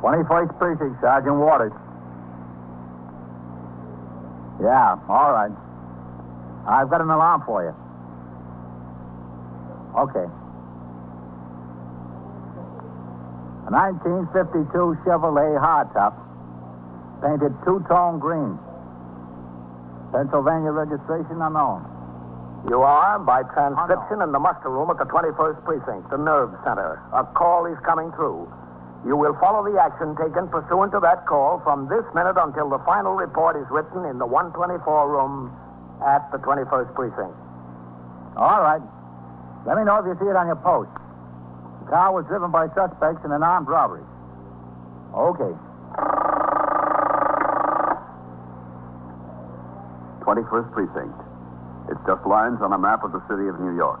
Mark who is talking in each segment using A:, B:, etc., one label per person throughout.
A: 21st Precinct, Sergeant Waters. Yeah, all right. I've got an alarm for you. Okay. A 1952 Chevrolet hardtop, painted two-tone green. Pennsylvania registration unknown.
B: You are, by transcription, in the muster room at the 21st Precinct, the nerve center. A call is coming through. You will follow the action taken pursuant to that call from this minute until the final report is written in the 124 room at the 21st Precinct.
A: All right. Let me know if you see it on your post. The car was driven by suspects in an armed robbery. Okay.
C: 21st Precinct. It's just lines on a map of the city of New York.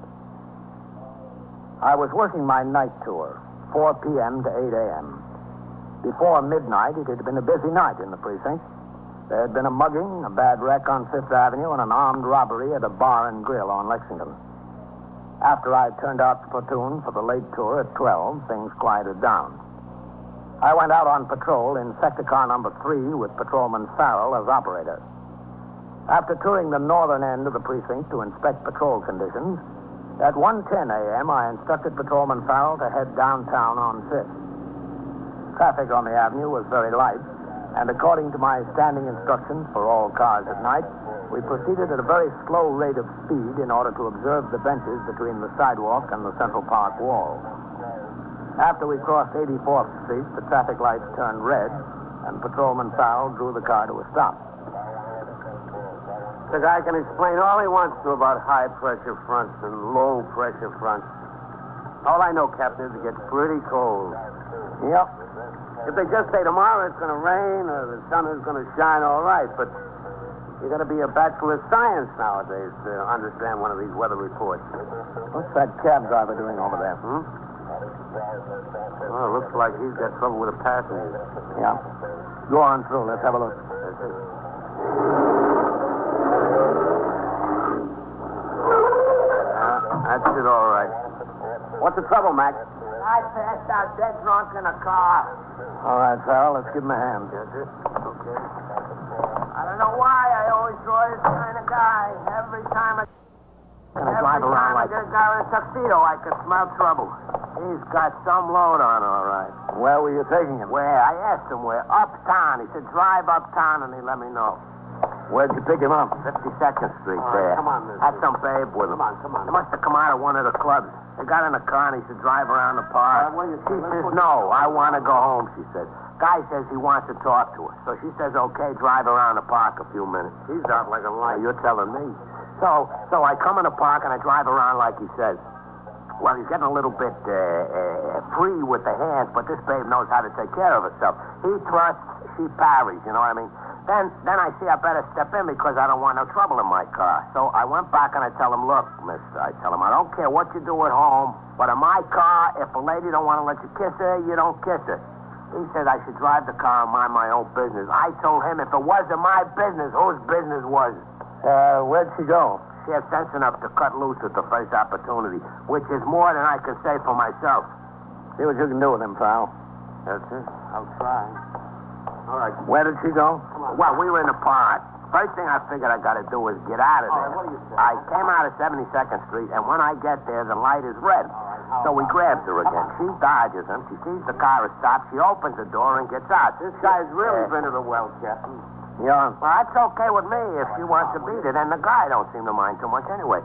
B: I was working my night tour, 4 p.m. to 8 a.m. Before midnight, it had been a busy night in the precinct. There had been a mugging, a bad wreck on Fifth Avenue, and an armed robbery at a bar and grill on Lexington. After I turned out the platoon for the late tour at 12, things quieted down. I went out on patrol in sector car number 3 with patrolman Farrell as operator. After touring the northern end of the precinct to inspect patrol conditions, at 1.10 a.m., I instructed Patrolman Farrell to head downtown on 5th. Traffic on the avenue was very light, and according to my standing instructions for all cars at night, we proceeded at a very slow rate of speed in order to observe the benches between the sidewalk and the Central Park wall. After we crossed 84th Street, the traffic lights turned red, and Patrolman Farrell drew the car to a stop.
D: The guy can explain all he wants to about high pressure fronts and low pressure fronts. All I know, Captain, is it gets pretty cold.
B: Yep.
D: If they just say tomorrow it's going to rain or the sun is going to shine, all right, but you got to be a bachelor of science nowadays to understand one of these weather reports.
B: What's that cab driver doing over there?
D: Hmm? Well, looks like he's got trouble with a passenger.
B: Yeah. Go on through. Let's have a look.
D: Uh, that's it, all right. What's the trouble, Mac?
E: I passed out dead drunk in a car.
B: All right, Farrell, let's give him a hand.
E: I don't know why I always draw this kind of guy. Every time I,
B: Can I
E: every
B: drive around
E: time I
B: like
E: get a guy with a tuxedo, I can smell trouble.
D: He's got some load on, all right.
B: Where were you taking him?
D: Where? I asked him where. Uptown. He said drive uptown, and he let me know.
B: Where'd you pick him up?
D: 52nd Street
B: All right,
D: there.
B: come on, mister.
D: Had some babe with him.
B: Come on, come on.
D: He must have come out of one of the clubs. They got in the car and he said drive around the
B: All
D: park.
B: right, well, you see,
D: she
B: let's
D: says,
B: put-
D: no, I want to go home, she said. Guy says he wants to talk to us. So she says, okay, drive around the park a few minutes.
B: He's out like a
D: Why, you're telling me. So, so I come in the park and I drive around like he says. Well, he's getting a little bit uh, uh, free with the hands, but this babe knows how to take care of herself. He thrusts, she parries. You know what I mean? Then, then I see I better step in because I don't want no trouble in my car. So I went back and I tell him, look, miss, I tell him I don't care what you do at home, but in my car, if a lady don't want to let you kiss her, you don't kiss her. He said I should drive the car and mind my own business. I told him if it wasn't my business, whose business was it?
B: Uh, where'd she go?
D: She has sense enough to cut loose at the first opportunity, which is more than I can say for myself.
B: See what you can do with him, Farrell.
D: That's it.
B: I'll try.
D: All right.
B: Where did she go?
D: Well, we were in the park. First thing I figured I got to do is get out of there. I came out of 72nd Street, and when I get there, the light is red. so we grabs her again. She dodges him. She sees the car is stopped. She opens the door and gets out. This
B: guy's really
D: been to the well, Captain.
B: Yeah.
D: Well, that's okay with me if she wants to beat it, and the guy don't seem to mind too much anyway.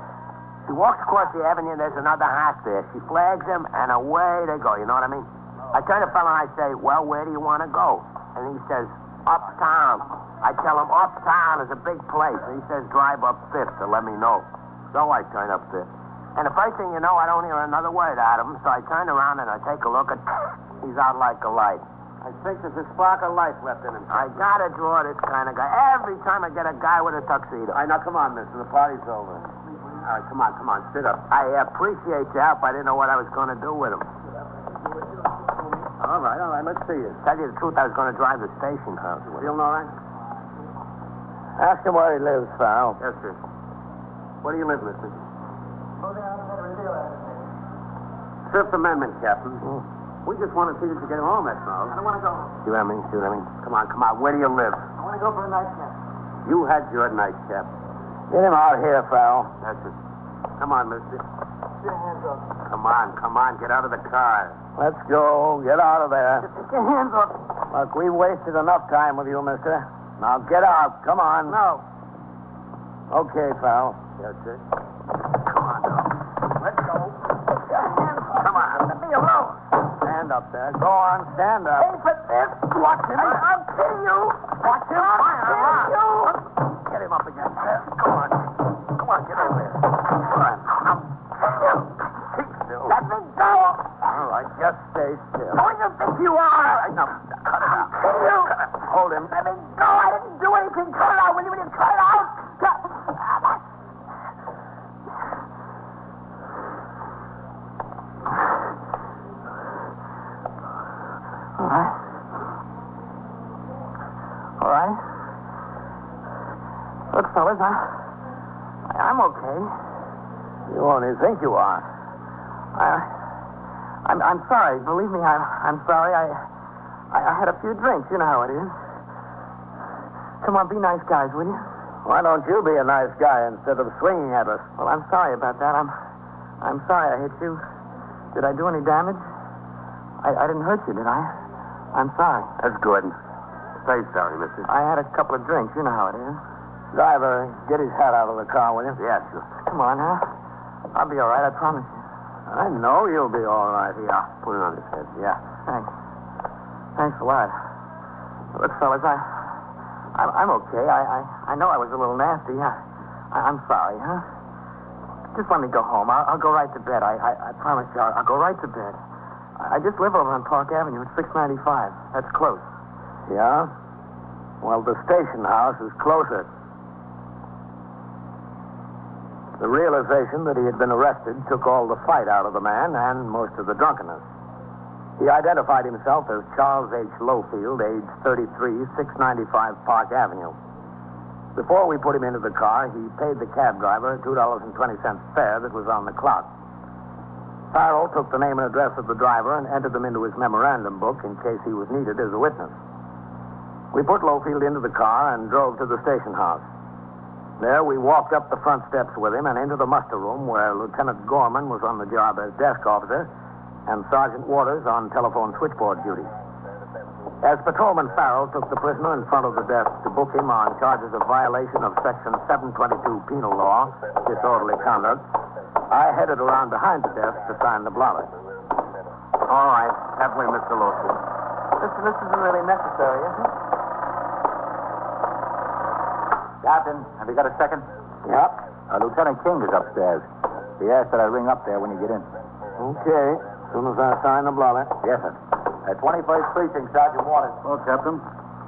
D: She walks across the avenue, there's another house there. She flags him, and away they go, you know what I mean? I turn to fella and I say, well, where do you want to go? And he says, uptown. I tell him, uptown is a big place. And he says, drive up Fifth to let me know. So I turn up Fifth. And the first thing you know, I don't hear another word out of him, so I turn around and I take a look, and he's out like a light.
F: I think there's a spark of life left in him.
G: I gotta draw this kind of guy. Every time I get a guy with a tuxedo.
F: All right, now come on, mister. The party's over.
G: All right, come on, come on, sit up. I appreciate your help. I didn't know what I was going to do with him.
F: All right, all right, let's see it.
G: Tell you the truth, I was going to drive the station house with him.
F: Feeling all right?
D: Ask him where he lives, Farrell.
G: Yes, sir.
F: Where do you live, mister? Fifth Amendment, Captain.
G: Hmm.
F: We just want to see that you get home, that's all.
H: I don't want to go.
G: See what I mean? See what I mean? Come on, come on. Where do you live?
H: I want to go for a night nightcap.
F: You had your night, Captain.
D: Get him out here, Farrell.
G: That's it. Come on, mister.
H: Put your hands up.
G: Come on, come on. Get out of the car.
D: Let's go. Get out of there.
H: Just Get your hands up.
D: Look, we wasted enough time with you, mister. Now get out. Come on.
H: No.
D: Okay, Farrell.
G: Yes, sir. Come on, now.
H: Let's go. Put your hands up.
G: Come on.
H: Let me alone.
D: Stand up there. Go on. Stand
H: Pay
D: up.
H: for this. Watch him. I, I'll kill you. Watch him. I'll
G: Fire
H: kill
G: alarm.
H: you.
G: Get him up again. Come on. Come on, get over there. Come on. I'll kill you.
H: Let me go.
G: All right, just stay still.
H: Who do you think you are?
G: Enough. Cut it out.
H: Kill you.
G: Hold him.
H: Let me go. I didn't do anything. Cut it out, will you? Will you cut it out? Cut-
D: All right. All right. Look, fellas, I, I'm okay. You only think you are. I, I'm, I'm sorry. Believe me, I'm, I'm sorry. I, I, I had a few drinks. You know how it is. Come on, be nice guys, will you? Why don't you be a nice guy instead of swinging at us? Well, I'm sorry about that. I'm, I'm sorry I hit you. Did I do any damage? I, I didn't hurt you, did I? I'm sorry.
G: That's good. Say sorry, mister.
D: I had a couple of drinks. You know how it is. Driver, get his hat out of the car, will you?
G: Yeah, sure.
D: Come on, huh? I'll be all right, I promise you.
G: I know you'll be all right. Yeah, put it on his head. Yeah.
D: Thanks. Thanks a lot. Look, fellas, I, I'm, I'm okay. I, I, I know I was a little nasty. I, I, I'm sorry, huh? Just let me go home. I'll, I'll go right to bed. I, I, I promise you, I'll, I'll go right to bed. I, I just live over on Park Avenue at 695. That's close.
G: Yeah? Well, the station house is closer.
D: The realization that he had been arrested took all the fight out of the man and most of the drunkenness. He identified himself as Charles H. Lowfield, age 33, 695 Park Avenue. Before we put him into the car, he paid the cab driver $2.20 fare that was on the clock. Farrell took the name and address of the driver and entered them into his memorandum book in case he was needed as a witness. We put Lowfield into the car and drove to the station house. There, we walked up the front steps with him and into the muster room where Lieutenant Gorman was on the job as desk officer and Sergeant Waters on telephone switchboard duty. As Patrolman Farrell took the prisoner in front of the desk to book him on charges of violation of Section 722 Penal Law, disorderly conduct, I headed around behind the desk to sign the blotter.
G: All right. That way, Mr. Lawson.
D: This, this isn't really necessary, is it?
A: Captain, have you got a second?
D: Yep.
A: Uh, Lieutenant King is upstairs. He asked that I ring up there when you get in.
D: Okay. As soon as I sign the blotter.
A: Yes, sir. At 21st Precinct, Sergeant Waters.
G: Well, Captain.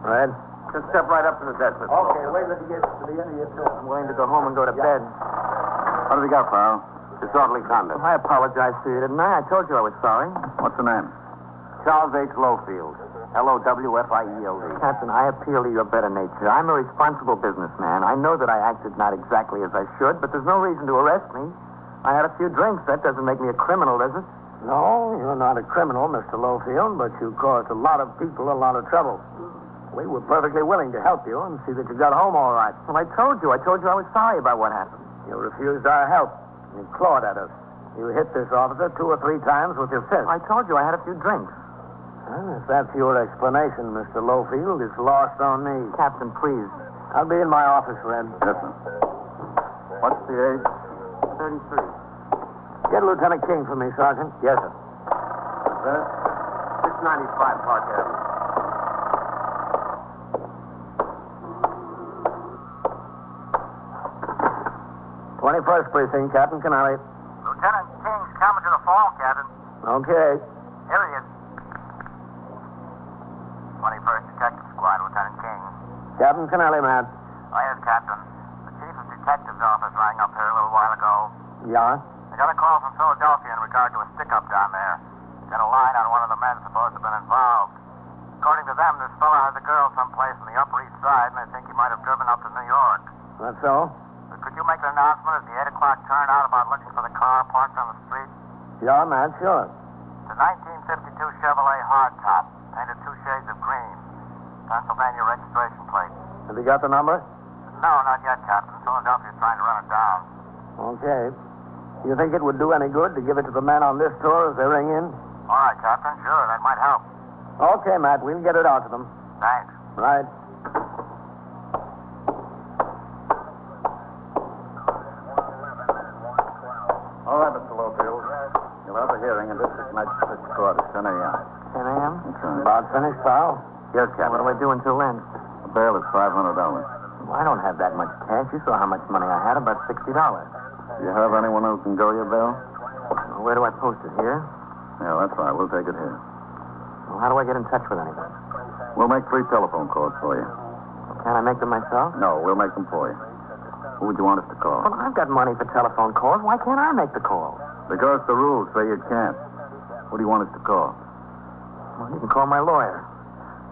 D: Red.
G: Just step right up to the desk, Mr. Lawson.
A: wait till you get to the end of your
D: I'm willing to go home and go to bed.
C: What have you got, Farrell?
G: Disorderly conduct.
D: I apologize to you, didn't I? I told you I was sorry.
C: What's the name?
G: Charles H. Lowfield. L-O-W-F-I-E-L-D.
D: Captain, I appeal to your better nature. I'm a responsible businessman. I know that I acted not exactly as I should, but there's no reason to arrest me. I had a few drinks. That doesn't make me a criminal, does it?
G: No, you're not a criminal, Mr. Lowfield, but you caused a lot of people a lot of trouble. We were perfectly willing to help you and see that you got home all right.
D: Well, I told you. I told you I was sorry about what happened.
G: You refused our help. You clawed at us. You hit this officer two or three times with your fist.
D: I told you I had a few drinks.
G: Well, if that's your explanation, Mr. Lowfield, it's lost on me.
D: Captain, please.
G: I'll be in my office, Red.
C: Listen. What's the age?
D: 33.
G: Get Lieutenant King for me, Sergeant. Yes, sir. 695 Park Avenue.
D: Twenty-first precinct, Captain Canary.
I: Lieutenant King's coming to the fall, Captain.
D: Okay.
I: Here he is. Squad, Lieutenant King.
D: Captain Kennelly, Matt.
I: Oh, yes, Captain. The Chief of Detectives' office rang up here a little while ago.
D: Yeah?
I: They got a call from Philadelphia in regard to a stick-up down there. Got a line on one of the men supposed to have been involved. According to them, this fellow has a girl someplace in the Upper East Side, and they think he might have driven up to New York.
D: That's so?
I: But could you make an announcement at the 8 o'clock turnout about looking for the car parked on the street?
D: Yeah, Matt, sure.
I: The 1952 Chevrolet hardtop, painted two shades of green. Pennsylvania registration plate.
D: Have you got the number?
I: No, not yet, Captain. Philadelphia's trying to run it down.
D: Okay. You think it would do any good to give it to the men on this tour as they ring in?
I: All right, Captain. Sure, that might help.
D: Okay, Matt, we'll get it out to them.
I: Thanks.
D: Right.
C: All right, Mr. Lowfield. You'll have a hearing in District Magistrate's Court at 10 a.m.
D: 10 a.m.?
C: That's right.
D: About finished, pal?
C: Yes,
D: What do
C: Captain.
D: I do until then?
C: The bail is $500.
D: Well, I don't have that much cash. You saw how much money I had, about $60.
C: Do you have anyone who can go your bail?
D: Well, Where do I post it? Here?
C: Yeah, that's right. We'll take it here.
D: Well, how do I get in touch with anybody?
C: We'll make three telephone calls for you.
D: Can I make them myself?
C: No, we'll make them for you. Who would you want us to call?
D: Well, I've got money for telephone calls. Why can't I make the call?
C: Because the rules say you can't. Who do you want us to call?
D: Well, you can call my lawyer.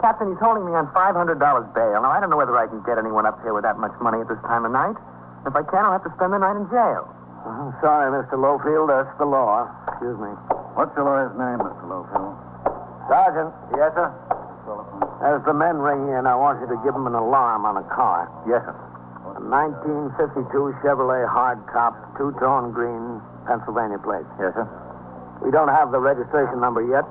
D: Captain, he's holding me on $500 bail. Now, I don't know whether I can get anyone up here with that much money at this time of night. If I can, I'll have to spend the night in jail. sorry, Mr. Lowfield. That's the law. Excuse me.
C: What's your lawyer's name, Mr. Lowfield?
D: Sergeant,
C: Yes, sir.
D: as the men ring in, I want you to give them an alarm on a car.
C: Yes, sir.
D: A 1952 Chevrolet hardtop, two-tone green, Pennsylvania plate.
C: Yes, sir.
D: We don't have the registration number yet,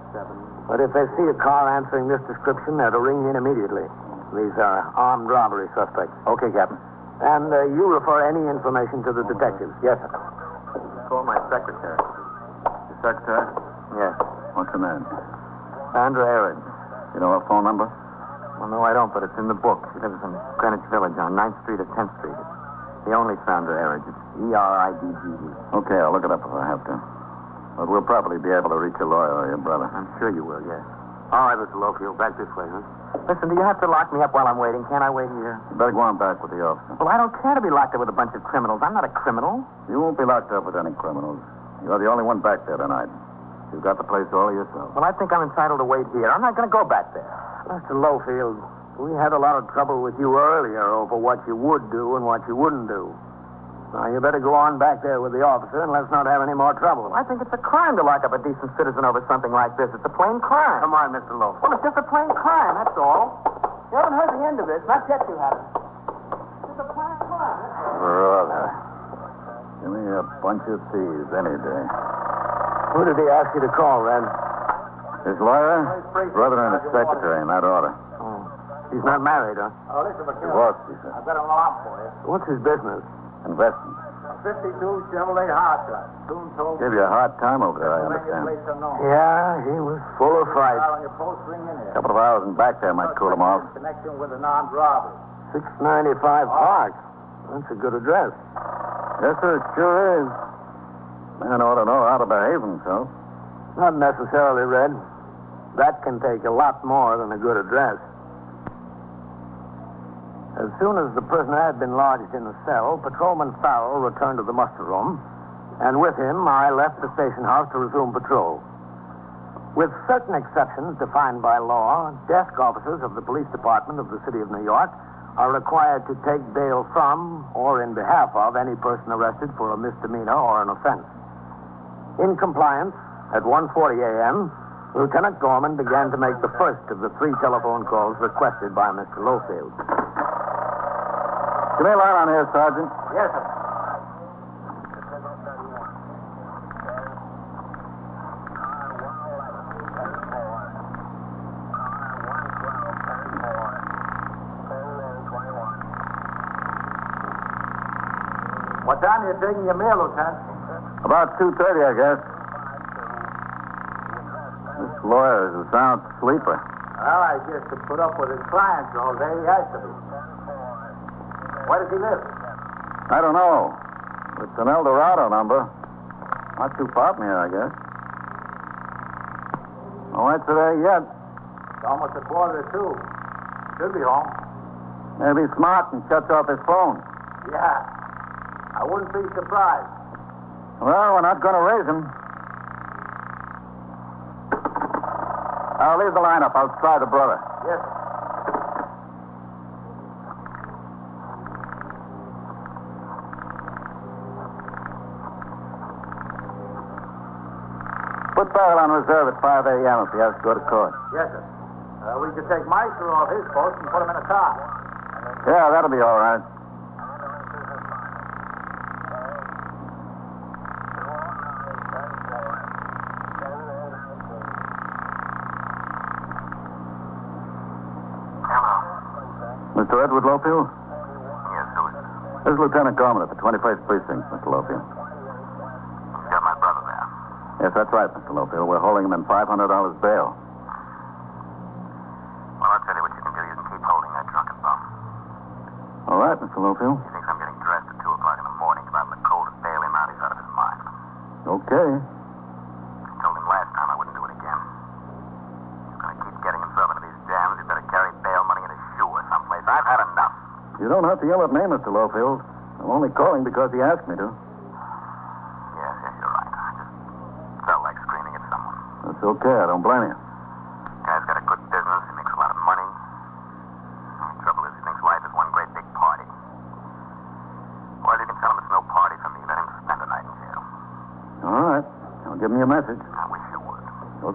D: but if they see a car answering this description, they're to ring in immediately. These are armed robbery suspects.
C: Okay, Captain.
D: And uh, you refer any information to the detectives. Yes, sir.
C: Call my secretary. Your secretary? Yes. What's her name?
D: Sandra Aaron.
C: You know her phone number?
D: Well, no, I don't, but it's in the book. She lives in Greenwich Village on 9th Street or 10th Street. It's the only Sandra Aaron. It's E E-R-I-D-G-E.
C: Okay, I'll look it up if I have to. But we'll probably be able to reach your lawyer or your brother.
D: I'm sure you will, yes.
J: All right, Mr. Lowfield, back this way, huh?
D: Listen, do you have to lock me up while I'm waiting? Can't I wait here?
C: You better go on back with the officer.
D: Well, I don't care to be locked up with a bunch of criminals. I'm not a criminal.
C: You won't be locked up with any criminals. You're the only one back there tonight. You've got the place all yourself.
D: Well, I think I'm entitled to wait here. I'm not going to go back there. Mr. Lowfield, we had a lot of trouble with you earlier over what you would do and what you wouldn't do. Now, you better go on back there with the officer and let's not have any more trouble. I think it's a crime to lock up a decent citizen over something like this. It's a plain crime.
J: Come on, Mr. Lowfield.
D: Well, it's just a plain crime, that's all. You haven't heard the end of this. Not yet, you haven't. It's a plain crime.
C: Brother. Give me a bunch of thieves any day.
D: Who did he ask you to call, Red?
C: His lawyer, his brother, and his secretary in that order.
D: He's not married, huh?
F: Oh, listen,
C: He
F: McKill.
C: was, he said.
F: I've got an alarm for you.
D: What's his business?
C: Investment.
F: 52 Chevrolet hardtop. Soon told
C: Give you a hard time over there, I
F: Pennsylvania
C: understand.
F: place unknown.
D: Yeah, he was full of fight.
F: File on your post, ring in
C: A
F: here.
C: couple of hours and back there might cool him off.
F: Connection with an armed robbery.
D: 695 Park. That's a good address.
C: Yes, sir, it sure is. Man ought to know how to behave himself.
D: Not necessarily, Red. That can take a lot more than a good address. As soon as the prisoner had been lodged in the cell, Patrolman Farrell returned to the muster room, and with him I left the station house to resume patrol. With certain exceptions defined by law, desk officers of the police department of the city of New York are required to take bail from or in behalf of any person arrested for a misdemeanor or an offense. In compliance, at 1.40 a.m., Lieutenant Gorman began to make the first of the three telephone calls requested by Mr. Lowfield.
C: Give me a line on here, Sergeant.
F: Yes, sir. What time are you taking your meal, Lieutenant?
C: About 2.30, I guess. This lawyer is a sound sleeper.
F: Well, I guess to put up with his clients all day, he has to be. Where does he live?
C: I don't know. It's an El Dorado number. Not too far from here, I guess. No answer there yet.
F: It's almost a quarter to two.
D: Should be home.
C: Maybe he's smart and shuts off his phone.
D: Yeah. I wouldn't be surprised.
C: Well, we're not going to raise him. I'll leave the lineup. I'll try the brother.
D: Yes.
C: Put Barrel on reserve at 5 a.m. if he has to go to court.
D: Yes, sir. Uh, we could take Meister off his post and put him in a car.
C: Yeah, that'll be all right.
I: Hello.
C: Mr. Edward Lofield?
I: Yes, who is it?
C: This is Lieutenant Gorman at the 21st Precinct, Mr. Lofield.
I: You got my brother there.
C: Yes, that's right, Mr. Lofield. We're holding him in $500 bail.
I: Well, I'll tell you what you can do. You can keep holding that drunken bum.
C: All right, Mr. Lofield.
I: He thinks I'm getting dressed at 2 o'clock in the morning, about in the cold, and bail him out. He's out of his mind.
C: Okay.
I: I told him last time I wouldn't do it again. He's going to keep getting himself into these jams. He'd better carry bail money in his shoe or someplace. I've had enough.
C: You don't have to yell at me, Mr. Lowfield. I'm only calling because he asked me to.
I: Yes, yes, you're right. I just felt like screaming at someone.
C: That's okay. I don't blame you.
I: Guy's got a good business. He makes a lot of money. The trouble is, he thinks life is one great big party. Well, you can tell him it's no party for me. Let him spend a night in jail.
C: All right. I'll give him your message.
I: I wish you would.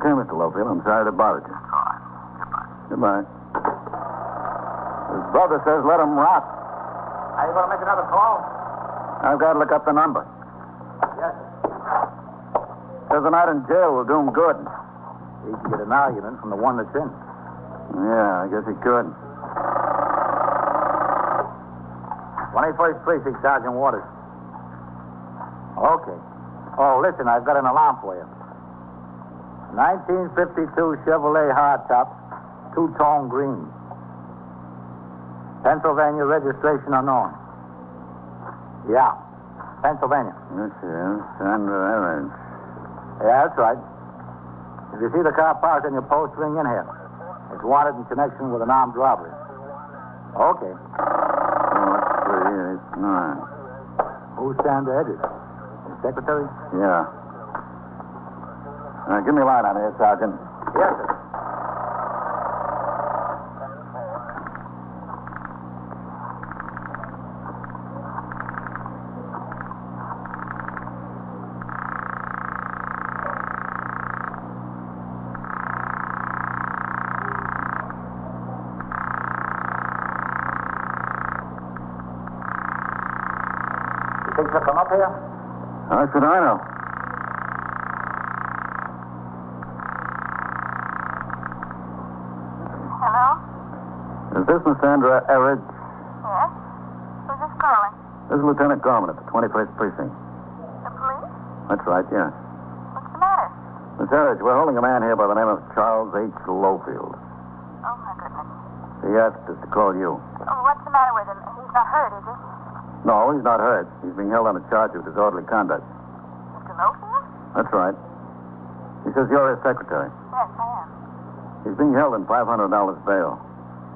C: Okay, Mr. Lowfield. I'm sorry to bother you.
I: All right. Goodbye.
C: Goodbye. His brother says let him rot.
D: Are you going to make another call?
C: I've got to look up the number.
D: Yes, sir.
C: Says a night in jail will do him good.
A: He can get an argument from the one that's in.
C: Yeah, I guess he could.
A: 21st Precinct, Sergeant Waters.
C: Okay.
A: Oh, listen, I've got an alarm for you. 1952 Chevrolet hardtop, two-tone green. Pennsylvania registration unknown. Yeah, Pennsylvania.
C: This is Sandra Evans.
A: Yeah, that's right. If you see the car parked in your post, ring in here. It's wanted in connection with an armed robbery. Okay.
C: Four, three, eight, nine.
A: Who's Sandra Edwards? The secretary?
C: Yeah. Uh, give me a light on here, Sergeant.
D: Yes, sir. You think they'll come up here?
C: How Uh, should I know?
K: Hello?
C: Is this Miss Sandra Eridge?
K: Yes? Who's this calling?
C: This is Lieutenant Gorman at the 21st Precinct.
K: The police?
C: That's right, yeah.
K: What's the matter?
C: Miss Eridge, we're holding a man here by the name of Charles H. Lowfield.
K: Oh, my goodness.
C: He asked us to call you.
K: Oh, what's the matter with him? He's not hurt, is he?
C: No, he's not hurt. He's being held on a charge of disorderly conduct.
K: Mr. Lowfield?
C: That's right. He says you're his secretary.
K: Yes, I am.
C: He's being held in $500 bail.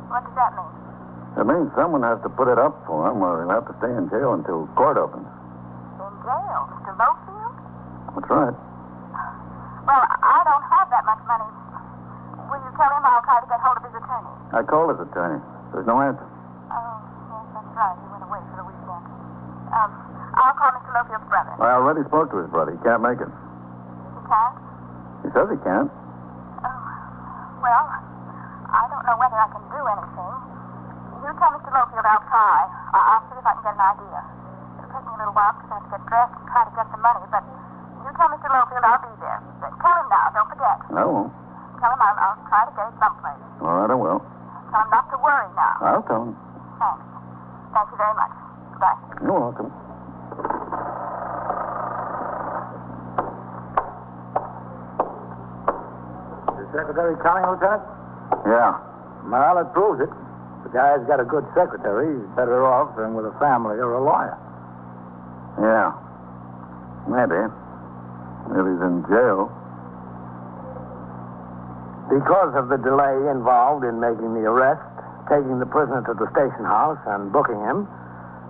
K: What does that mean?
C: That means someone has to put it up for him, or he'll have to stay in jail until court opens.
K: In jail? Mr. Lowfield?
C: That's right.
K: Well, I don't have that much money. Will you tell him I'll try to get hold of his attorney?
C: I called his attorney. There's no answer.
K: Oh, yes, that's right. He went away for the weekend. Um, I'll call Mr. Lowfield's brother.
C: I already spoke to his brother. He can't make it.
K: He can't?
C: He says he can't.
K: Oh, well, I don't know whether I can do anything. You tell Mr. Lowfield I'll try. I- I'll see if I can get an idea. It'll take me a little while because I have to get dressed and try to get some money, but you tell Mr. Lowfield I'll be there. But tell him now, don't forget.
C: I won't.
K: Tell him I'll, I'll try to get it someplace.
C: All right, I will.
K: Tell him not to worry now.
C: I'll tell him.
K: Thanks. Thank you very much. Goodbye.
C: You're welcome.
A: The secretary coming, Lieutenant?
C: Yeah.
A: Well, it proves it. The guy's got a good secretary. He's better off than with a family or a lawyer.
C: Yeah. Maybe. If he's in jail.
A: Because of the delay involved in making the arrest,
D: taking the prisoner to the station house and booking him,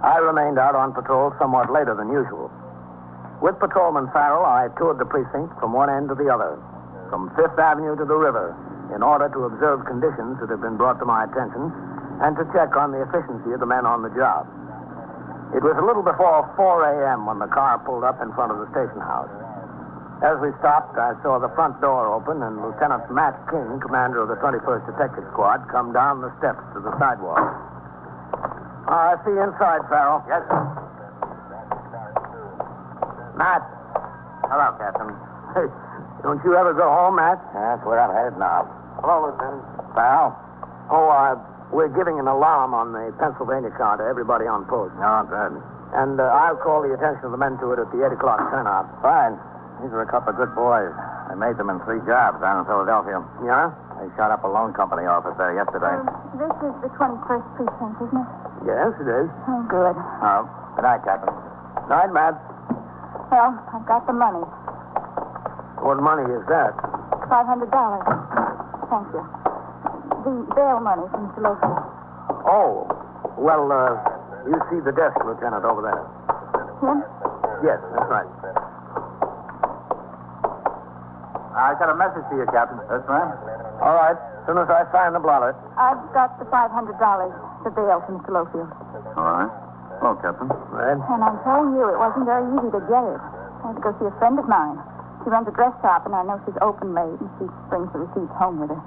D: I remained out on patrol somewhat later than usual. With Patrolman Farrell, I toured the precinct from one end to the other, from Fifth Avenue to the river, in order to observe conditions that had been brought to my attention and to check on the efficiency of the men on the job. It was a little before 4 a.m. when the car pulled up in front of the station house. As we stopped, I saw the front door open and Lieutenant Matt King, commander of the 21st Detective Squad, come down the steps to the sidewalk. Ah, I see you inside, Farrell.
G: Yes, sir.
D: Matt.
G: Hello, Captain.
D: Hey, don't you ever go home, Matt?
G: That's where I'm headed now.
F: Hello, Lieutenant.
D: Farrell. Oh, uh, we're giving an alarm on the Pennsylvania car to everybody on post.
G: No, good.
D: And uh, I'll call the attention of the men to it at the 8 o'clock turnout.
G: Fine. These are a couple of good boys. I made them in three jobs down in Philadelphia.
D: Yeah?
G: They shot up a loan company office there yesterday.
H: Um, this is the 21st precinct, isn't it?
D: Yes, it is.
H: Oh, good.
G: Oh, good night, Captain.
D: Night, Matt.
H: Well, I've got the money.
D: What money is that?
H: $500. Thank you. The bail money from Mr. Logan.
D: Oh, well, uh, you see the desk, Lieutenant, over there.
H: Him?
D: Yes, that's right.
A: I got a message for you, Captain. Yes, ma'am?
D: All right. As soon as I sign the blotter.
H: I've got the $500, the bail from Mr. Lowfield.
C: All right. Hello, Captain.
D: Red.
H: And I'm telling you, it wasn't very easy to get it. I had to go see a friend of mine. She runs a dress shop, and I know she's open late, and she brings the receipts home with her.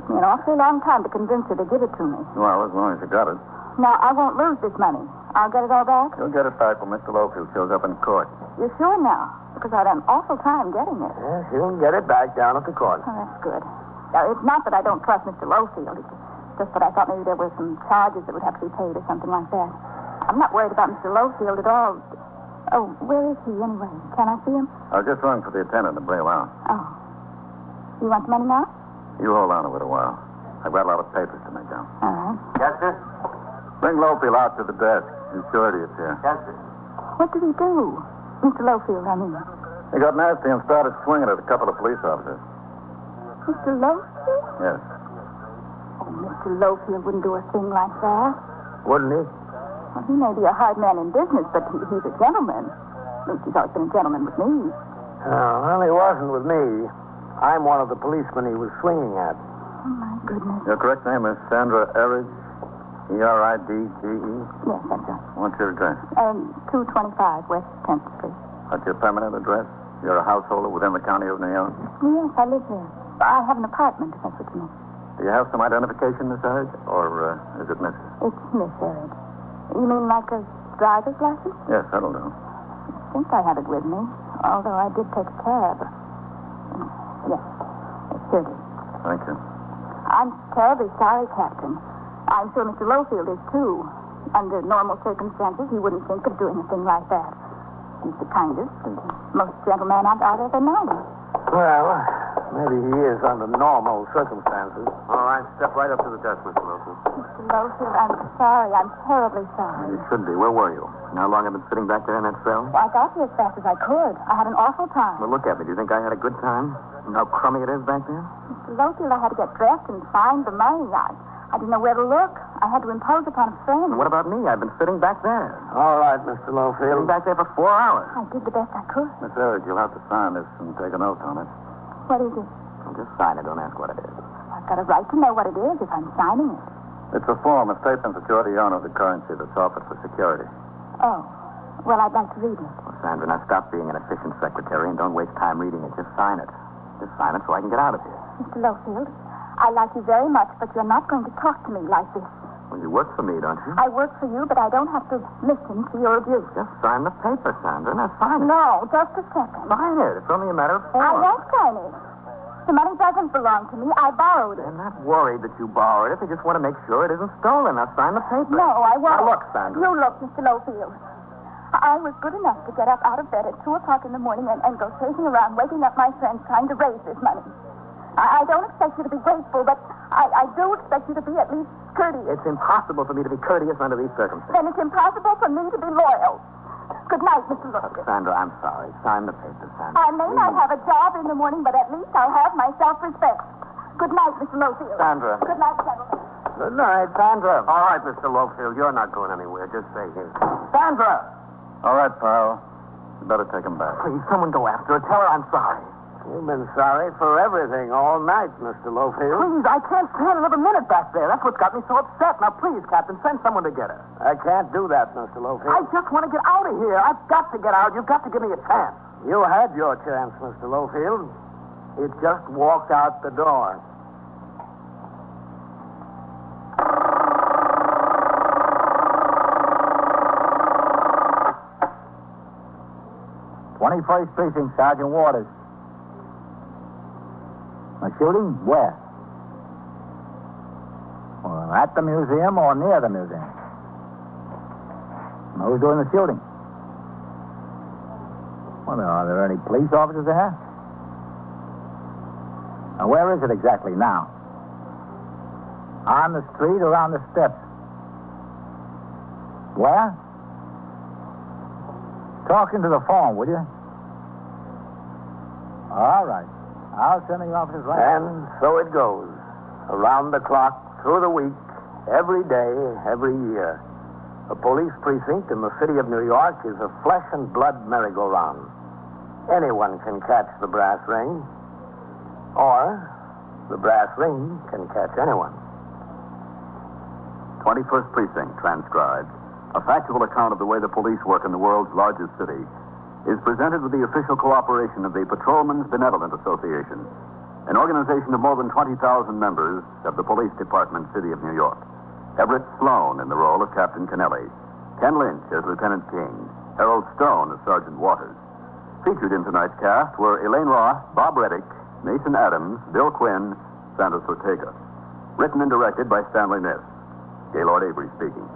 H: Took me an awfully long time to convince her to give it to me.
C: Well, as long as you got it.
H: Now, I won't lose this money. I'll get it all back.
C: You'll get it back when Mr. Lowfield shows up in court.
H: You're sure now? Because I had an awful time getting it.
D: Yes, you'll get it back down at the court.
H: Oh, that's good. Now, it's not that I don't trust Mr. Lowfield. It's just that I thought maybe there were some charges that would have to be paid or something like that. I'm not worried about Mr. Lowfield at all. Oh, where is he anyway? Can I see him?
C: I'll just run for the attendant to bail out.
H: Oh. You want the money now?
C: You hold on to it a while. I've got a lot of papers to make out.
H: All right.
G: Yes, sir?
C: Bring Lowfield out to the desk. He's sure it's here.
G: Yes, sir.
H: What did he do? Mr. Lowfield, I mean.
C: He got nasty and started swinging at a couple of police officers.
H: Mr. Lowfield?
C: Yes.
H: Oh, Mr. Lowfield wouldn't do a thing like that.
D: Wouldn't he?
H: Well, he may be a hard man in business, but he, he's a gentleman. At least he's always been a gentleman with me.
D: Oh, well, he wasn't with me. I'm one of the policemen he was swinging at.
H: Oh, my goodness.
C: Your correct name is Sandra E Eridge, E-R-I-D-G-E.
H: Yes, that's right.
C: What's E. your address?
H: Um, 225 West 10th Street.
C: That's your permanent address? You're a householder within the county of New York?
H: Yes, I live there. I have an apartment, if that's what you mean.
C: Do you have some identification, Miss Eridge, or uh, is it Miss?
H: It's Miss Erin. You mean like a driver's license?
C: Yes, that'll do.
H: I think I have it with me, although I did take a cab. Mm, Yes, it's here it is.
C: Thank you.
H: I'm terribly sorry, Captain. I'm sure Mr. Lowfield is too. Under normal circumstances, he wouldn't think of doing a thing like that. He's the kindest and most gentleman I've I've ever known.
D: Well, maybe he is under normal circumstances.
G: All right, step right up to the desk, Mr. Wilson.
H: Mr. Lowfield, I'm sorry. I'm terribly sorry.
C: You should be. Where were you? And how long have you been sitting back there in that cell?
H: I got here as fast as I could. I had an awful time.
C: Well, look at me. Do you think I had a good time? And how crummy it is back there?
H: Mr. Lowfield, I had to get dressed and find the money. I, I didn't know where to look. I had to impose upon a friend.
C: And what about me? I've been sitting back there.
D: All right, Mr.
C: Sitting
D: Lowfield.
C: back there for four hours.
H: I did the best I could.
C: Miss Eridge, you'll have to sign this and take an oath on it.
H: What is it?
C: Just sign it. Don't ask what it is.
H: I've got a right to know what it is if I'm signing it.
C: It's a form, a statement that you're the owner of the currency that's offered for security.
H: Oh, well, I'd like to read it.
C: Well, Sandra, now stop being an efficient secretary and don't waste time reading it. Just sign it. Just sign it so I can get out of here.
H: Mr. Lowfield, I like you very much, but you're not going to talk to me like this.
C: Well, you work for me, don't you?
H: I work for you, but I don't have to listen to your abuse.
C: Just sign the paper, Sandra. Now sign it.
H: No, just a second.
C: Sign it. It's only a matter of form.
H: I won't sign it. The money doesn't belong to me. I borrowed it.
C: They're not worried that you borrowed it. They just want to make sure it isn't stolen. Now sign the paper.
H: No, I won't.
C: Now look, Sandra.
H: You look, Mr. Lowfield. I was good enough to get up out of bed at 2 o'clock in the morning and, and go chasing around, waking up my friends, trying to raise this money. I, I don't expect you to be grateful, but I, I do expect you to be at least courteous.
C: It's impossible for me to be courteous under these circumstances.
H: Then it's impossible for me to be loyal. Good night, Mr. Lowfield.
C: Sandra, I'm sorry. Sign the paper, Sandra.
H: I may not have a job in the morning, but at least I'll have my self-respect. Good night, Mr. Lowfield.
C: Sandra.
H: Good night, gentlemen.
D: Good night, Sandra.
G: All right, Mr. Lowfield, you're not going anywhere. Just stay here.
D: Sandra!
C: All right, pal. You better take him back.
D: Please, someone go after her. Tell her I'm sorry.
G: You've been sorry for everything all night, Mr. Lowfield.
D: Please, I can't stand another minute back there. That's what's got me so upset. Now, please, Captain, send someone to get her.
G: I can't do that, Mr.
D: I
G: Lowfield.
D: just want to get out of here. I've got to get out. You've got to give me a chance.
G: You had your chance, Mr. Lowfield. It just walked out the door.
A: Twenty-first precinct, Sergeant Waters. A shooting? Where? Well, at the museum or near the museum? And who's doing the shooting? Well, are there any police officers there? Now, where is it exactly now? On the street or on the steps? Where? Talk into the phone, will you? All right. I'll send the officers right now.
D: And so it goes. Around the clock, through the week, every day, every year. A police precinct in the city of New York is a flesh and blood merry-go-round. Anyone can catch the brass ring, or the brass ring can catch anyone.
C: 21st Precinct, transcribed. A factual account of the way the police work in the world's largest city is presented with the official cooperation of the Patrolmen's Benevolent Association, an organization of more than 20,000 members of the Police Department, City of New York. Everett Sloan in the role of Captain Kennelly, Ken Lynch as Lieutenant King, Harold Stone as Sergeant Waters. Featured in tonight's cast were Elaine Ross, Bob Reddick, Mason Adams, Bill Quinn, Sanders Ortega. Written and directed by Stanley Niss. Gaylord Avery speaking.